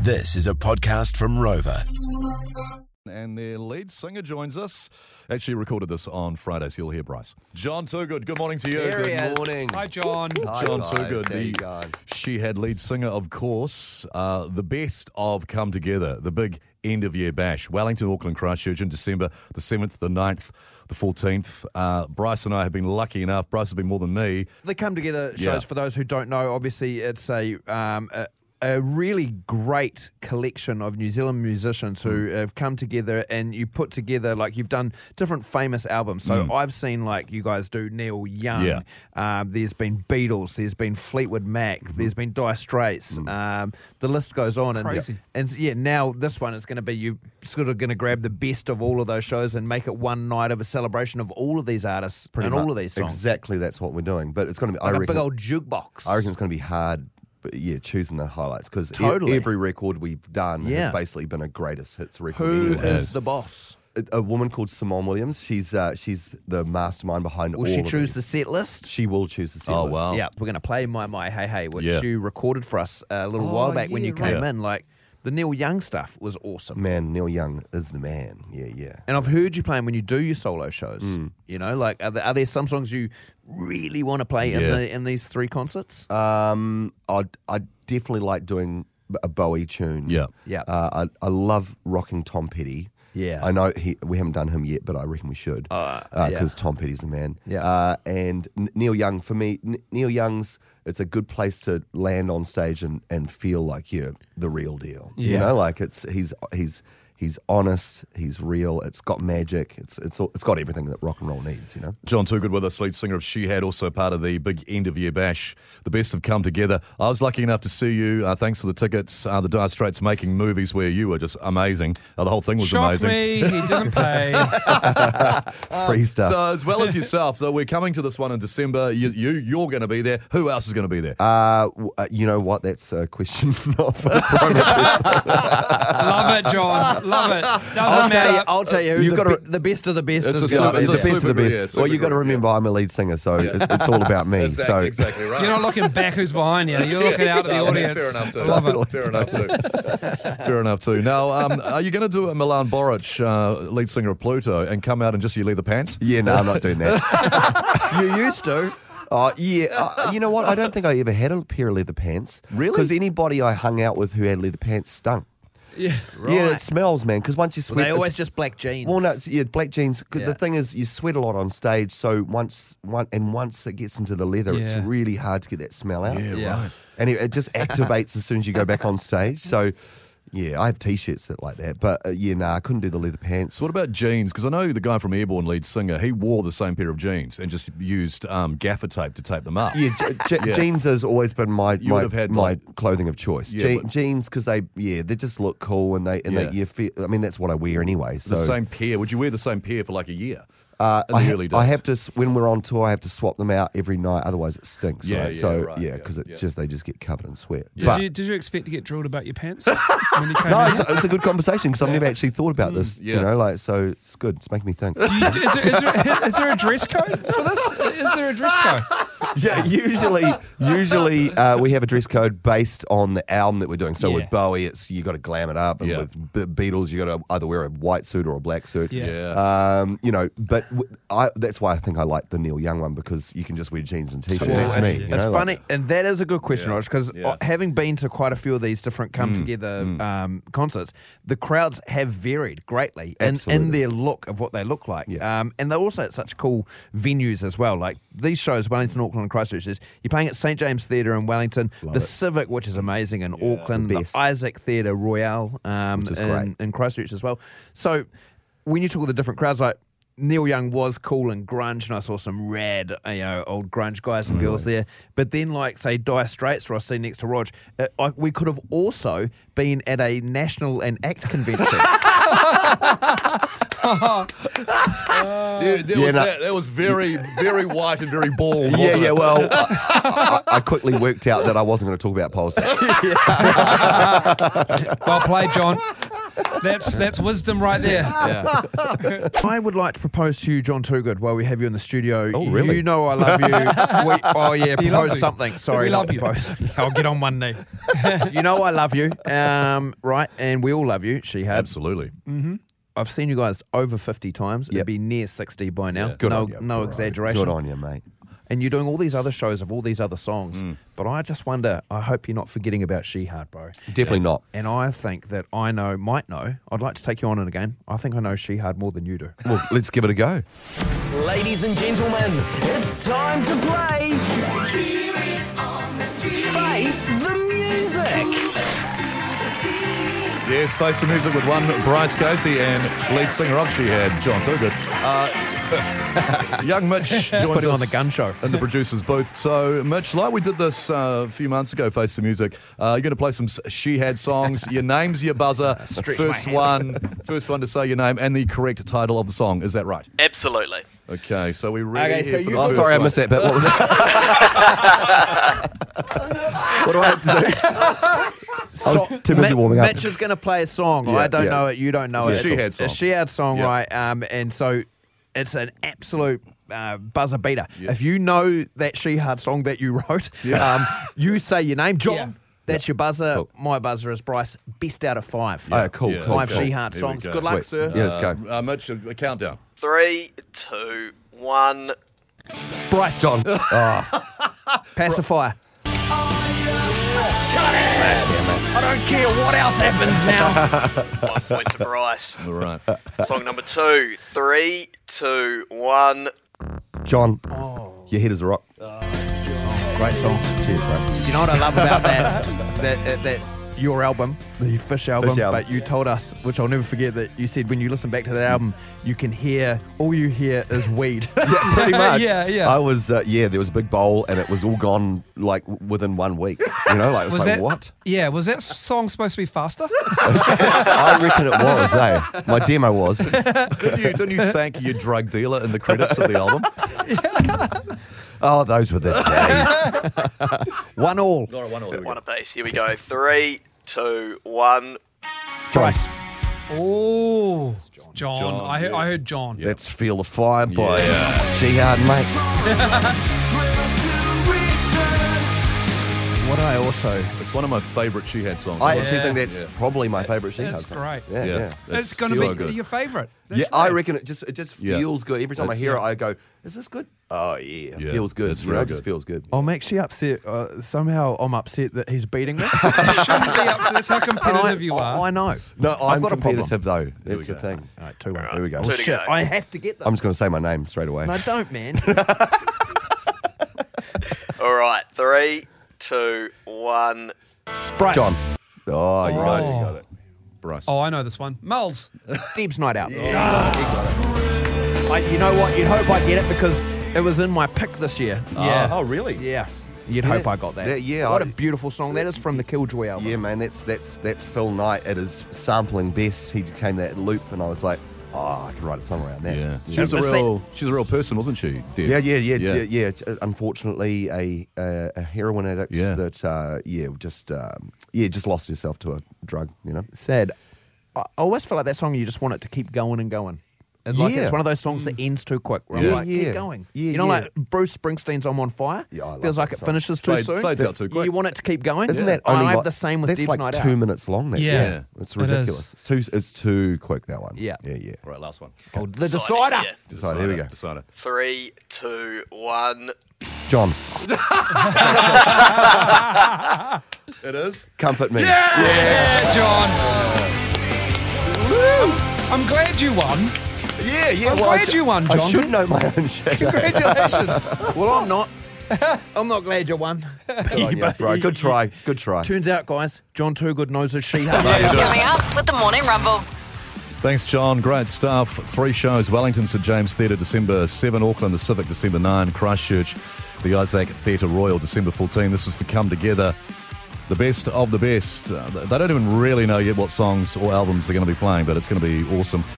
This is a podcast from Rover. And their lead singer joins us. Actually, recorded this on Friday, so you'll hear Bryce. John Toogood, good morning to you. There good he is. morning. Hi, John. John guys. Toogood. There the- you go. She had lead singer, of course, uh, the best of Come Together, the big end of year bash. Wellington, Auckland, Christchurch in December the 7th, the 9th, the 14th. Uh, Bryce and I have been lucky enough, Bryce has been more than me. The Come Together shows, Yeah. for those who don't know, obviously e, it's a, um, a, a really great collection of New Zealand musicians Mm. who have come together and you put together, like, you've done different famous albums. Mm. So I've seen, like, you guys do Neil Young. Yeah. Um, there's been Beatles. There's been Fleetwood Mac. Mm-hmm. There's been Dire Straits. Mm. Um, the list goes on. And, Crazy. And yeah, now this one is going to be you sort of going to grab the best of all of those shows and make it one night of a celebration of all of these artists and all of these songs. Exactly, that's what we're doing. But it's going to be. I Like a reckon. big old jukebox. I reckon it's going to be hard. But yeah, choosing the highlights because Totally. every record we've done Yeah. has basically been a greatest hits record. Who anyway. is the boss? A, a woman called Simone Williams. She's uh, she's the mastermind behind Will all she of choose the these. set list? She will choose the. Set Oh, list. wow. Yeah, we're going to play My My Hey Hey, which Yeah. you recorded for us a little while back when you came right. in. Like the Neil Young stuff was awesome. Man, Neil Young is the man. Yeah, yeah. And I've heard you playing when you do your solo shows. Hmm. You know, like are there, are there some songs you really want to play in Yeah. the in these three concerts? Um, I I definitely like doing a Bowie tune. Yeah. Yeah. Uh, I I love rocking Tom Petty. Yeah. I know he, we haven't done him yet, but I reckon we should because yeah. Tom Petty's the man. Yeah. Uh, and N- Neil Young for me, N- Neil Young's it's a good place to land on stage and, and feel like you're the real deal. You know, like it's he's he's he's honest, he's real. It's got magic. It's it's all- it's got everything that rock and roll needs. You know. John Toogood with us, lead singer of She Had, also part of the big end of year bash. The best have come together. I was lucky enough to see you. Uh, thanks for the tickets. Uh, the Dire Straits making movies where you were just amazing. Uh, the whole thing was Shocked amazing. me. He didn't pay. Um, Free stuff. So as well as yourself, so we're coming to this one in December. You, you you're going to be there. Who else is going to be there? Uh, w- uh, you know what? That's a question not for the prime minister. Love it, John. Love it. I'll Doesn't tell you. matter. I'll tell you. You've the, gotta- be- the best of the best It's is a gonna super- be it's a the the best best. of super- the best. yeah, well, super you got to group, yeah. remember, I'm a lead singer, so it, it's all about me. Exact- so exactly right. You're not looking back who's behind you. You're looking out at the No, audience. Fair enough, too. Love it. Fair enough, too. Fair enough, too. Now, um, are you going to do a Milan Boric, uh, lead singer of Pluto, and come out in just your leather pants? yeah, no, I'm not doing that. You used to. Uh, yeah, uh, you know what? I don't think I ever had a pair of leather pants. Really? Because anybody I hung out with who had leather pants stunk. Yeah. Yeah, Right. it smells, man. Because once you sweat, They always it's- just black jeans. Well, no, it's, yeah, black jeans. 'cause Yeah. The thing is, you sweat a lot on stage, so once one and once it gets into the leather, Yeah. it's really hard to get that smell out. Yeah, Yeah. right. And it, it just activates as soon as you go back on stage. So, yeah, I have t-shirts that like that, but uh, yeah, nah, I couldn't do the leather pants. So what about jeans? Because I know the guy from Airborne, lead singer, he wore the same pair of jeans and just used um, gaffer tape to tape them up. yeah, je- je- Yeah. jeans has always been my You my, would have had, my like- clothing of choice. Yeah, Je- but- jeans because they yeah they just look cool and they and Yeah. they you feel. I mean that's what I wear anyway. So The same pair. Would you wear the same pair for like a year? Uh, in the I, ha- early days. I have to s- when we're on tour. I have to swap them out every night, otherwise it stinks. Yeah, right? yeah, so right, yeah, yeah, because it yeah. just they just get covered in sweat. Did But you did you expect to get drilled about your pants when you came no, out? it's, it's a good conversation because I've never actually thought about this. Mm, yeah. You know, like so it's good. It's making me think. Do you- Is there, is, there, is there a dress code for this? Is there a dress code? yeah, usually usually uh, we have a dress code based on the album that we're doing. So Yeah. with Bowie, it's you got to glam it up, and Yeah. with the Beatles, you got to either wear a white suit or a black suit. Yeah. Um, you know, but w- I, that's why I think I like the Neil Young one because you can just wear jeans and t-shirt. Well, that's it's, me. it's you know, like- funny, and that is a good question, Rog, because Yeah. having been to quite a few of these different come Mm. together um, concerts, the crowds have varied greatly in, in Absolutely. their look of what they look like. Yeah. Um, and they're also at such cool venues as well. Like these shows, Wellington, Auckland, and Christchurch, is you're playing at St. James Theatre in Wellington, the it. Civic, which is amazing, in Auckland, the, best. Isaac Theatre Royale um, Which is in, great. in Christchurch as well. So when you talk to the different crowds, like Neil Young was cool and grunge, and I saw some rad, uh, you know, old grunge guys and girls there. But then, like say Dire Straits, who I see next to Rog, uh, I, we could have also been at a national and act convention. Yeah, that, was, no. that, that was very, very white and very bald. Yeah, wasn't yeah. it? Well, I, I, I quickly worked out that I wasn't going to talk about politics. Well played, John. That's that's wisdom right there. I would like to propose to you, John Toogood, while we have you in the studio. Oh, really? You know I love you. we, oh, yeah, He propose loves you. something. Sorry, We not love you. propose. I'll get on one knee. you know I love you, um, right? And we all love you. She had. Absolutely. I've seen you guys over fifty times. It'd Yep. be near sixty by now. Yeah. Good no, on you. no Good on you. exaggeration. Good on you, mate. And you're doing all these other shows of all these other songs, but I just wonder. I hope you're not forgetting about She Hard, bro. Definitely not. And I think that I know, might know. I'd like to take you on in a game. I think I know She Hard more than you do. Well, let's give it a go. Ladies and gentlemen, it's time to play Face the Music. Yes, Face the Music with one Bryce Casey and lead singer of She Had, John Toogood. Uh, young Mitch joins putting on us the gun show. in the producer's booth. So, Mitch, like we did this uh, a few months ago, Face the Music, uh, you're going to play some s- She Had songs. Your name's your buzzer. first one, first one to say your name and the correct title of the song. Is that right? Absolutely. Okay, so we ready Okay, here so for you- the Oh, first sorry, I one. missed that bit. What was that? what do I have to do? I was too busy Mi- warming up. Mitch is going to play a song. I don't yeah. know it. You don't know It's a it. She Had song. A She Had song, Yeah. right? Um, and so it's an absolute. Uh, buzzer beater. If you know that She Hard song that you wrote, um, you say your name, John. Yeah. That's your buzzer. My buzzer is Bryce. Best out of five. Oh, cool, Yeah. cool, Five cool. She Hard Here we songs. go. Good luck, Sweet. sir. Yeah, let's go. Uh, Mitch, a a countdown. Three, two, one. Bryce. John. Ah. Pacifier. I don't care what else happens now. One point to Bryce. All right. Song number two. Three, two, one. John, your head is a rock. Great song. Cheers, bro. Do you know what I love about that? that, uh, that your album, the Fish album, Fish album. but you told us, which I'll never forget, that you said when you listen back to that album, you can hear, all you hear is weed. Pretty much. Yeah, yeah. I was, uh, yeah, there was a big bowl and it was all gone like w- within one week. You know, like, it was, like, that what? Yeah, was that song supposed to be faster? I reckon it was, eh? My demo was. Didn't you, didn't you thank your drug dealer in the credits of the album? Oh, those were the days. One all. All right, one all. Here we One go. apiece. Here we go. Three, two, one. Bryce, oh, John. I, heard, I yes. heard John. that's Feel the Fire by uh, She Hard, mate. What I also, It's one of my favourite She Had songs. I actually think Yeah. that's probably my favourite She Hard That's song. great. Yeah, yeah. Yeah, It's going to so be good. your favourite. That's Yeah, I right. reckon it just it just Yeah. feels good. Every time I It's- hear it, I go, "Is this good? Oh yeah, it Yeah, feels good. it's You know, real It just good. feels good. I'm actually upset. Uh, somehow I'm upset that he's beating me. You shouldn't be upset. That's how And I, competitive you I- I are. know. No, I'm have got a problem. competitive though. That's the go. thing. All right, two one. Here we go. Two to Shit, go. I have to get them. I'm just going to say my name straight away. I don't, man. All right. Three, two, one. Bryce. John. Oh, you Bryce. guys got it. Bryce. Oh, I know this one. Mulls. Deb's night out. I, you know what? You'd hope I get it because it was in my pick this year. Yeah. Oh, really? Yeah. You'd hope I got that. that- yeah, What I- a beautiful song. That is from the Killjoy album. Yeah, man. That's that's that's Phil Knight at his sampling best. He came that loop, and I was like, "Oh, I can write a song around that." Yeah. She yeah, was a It's real she was a real person, wasn't she? Deb? yeah, yeah, yeah. Yeah. yeah. yeah, yeah. Unfortunately, a a, a heroin addict Yeah. that uh, yeah just um, yeah just lost herself to a drug. You know. Sad. I I always feel like that song, you just want it to keep going and going. And like, Yeah. Mm. it's one of those songs that ends too quick. Where I'm Yeah. like, Yeah. keep going. Yeah, you know, yeah. like Bruce Springsteen's "I'm on Fire." Yeah, I love feels like that it song. finishes too Fades- soon. fades out too quick. You want it to keep going. Isn't that I only have like, the same with that's Deeb's like Night two Out. minutes long. That Yeah. song. Yeah. it's It is. ridiculous. It's too it's too quick that one. Yeah. yeah, yeah. All right, last one. Oh, the Decided, Decider. yeah. Decider, here we go. Decider. Three, two, one. John, It is. comfort me. Yeah, Yeah, John. Woo! I'm glad you won. yeah. yeah. I'm I glad should- you won, I John. should know my own shit. Congratulations. Well, I'm not. I'm not glad you won. Good on you, bro. Good try. Good try. Turns out, guys, John Toogood knows his she Coming up with the Morning Rumble. Thanks, John. Great stuff. Three shows Wellington St James Theatre, December 7, Auckland, the Civic, December 9, Christchurch, the Isaac Theatre Royal, December 14. This is for Come Together. The best of the best. Uh, they don't even really know yet what songs or albums they're going to be playing, but it's going to be awesome.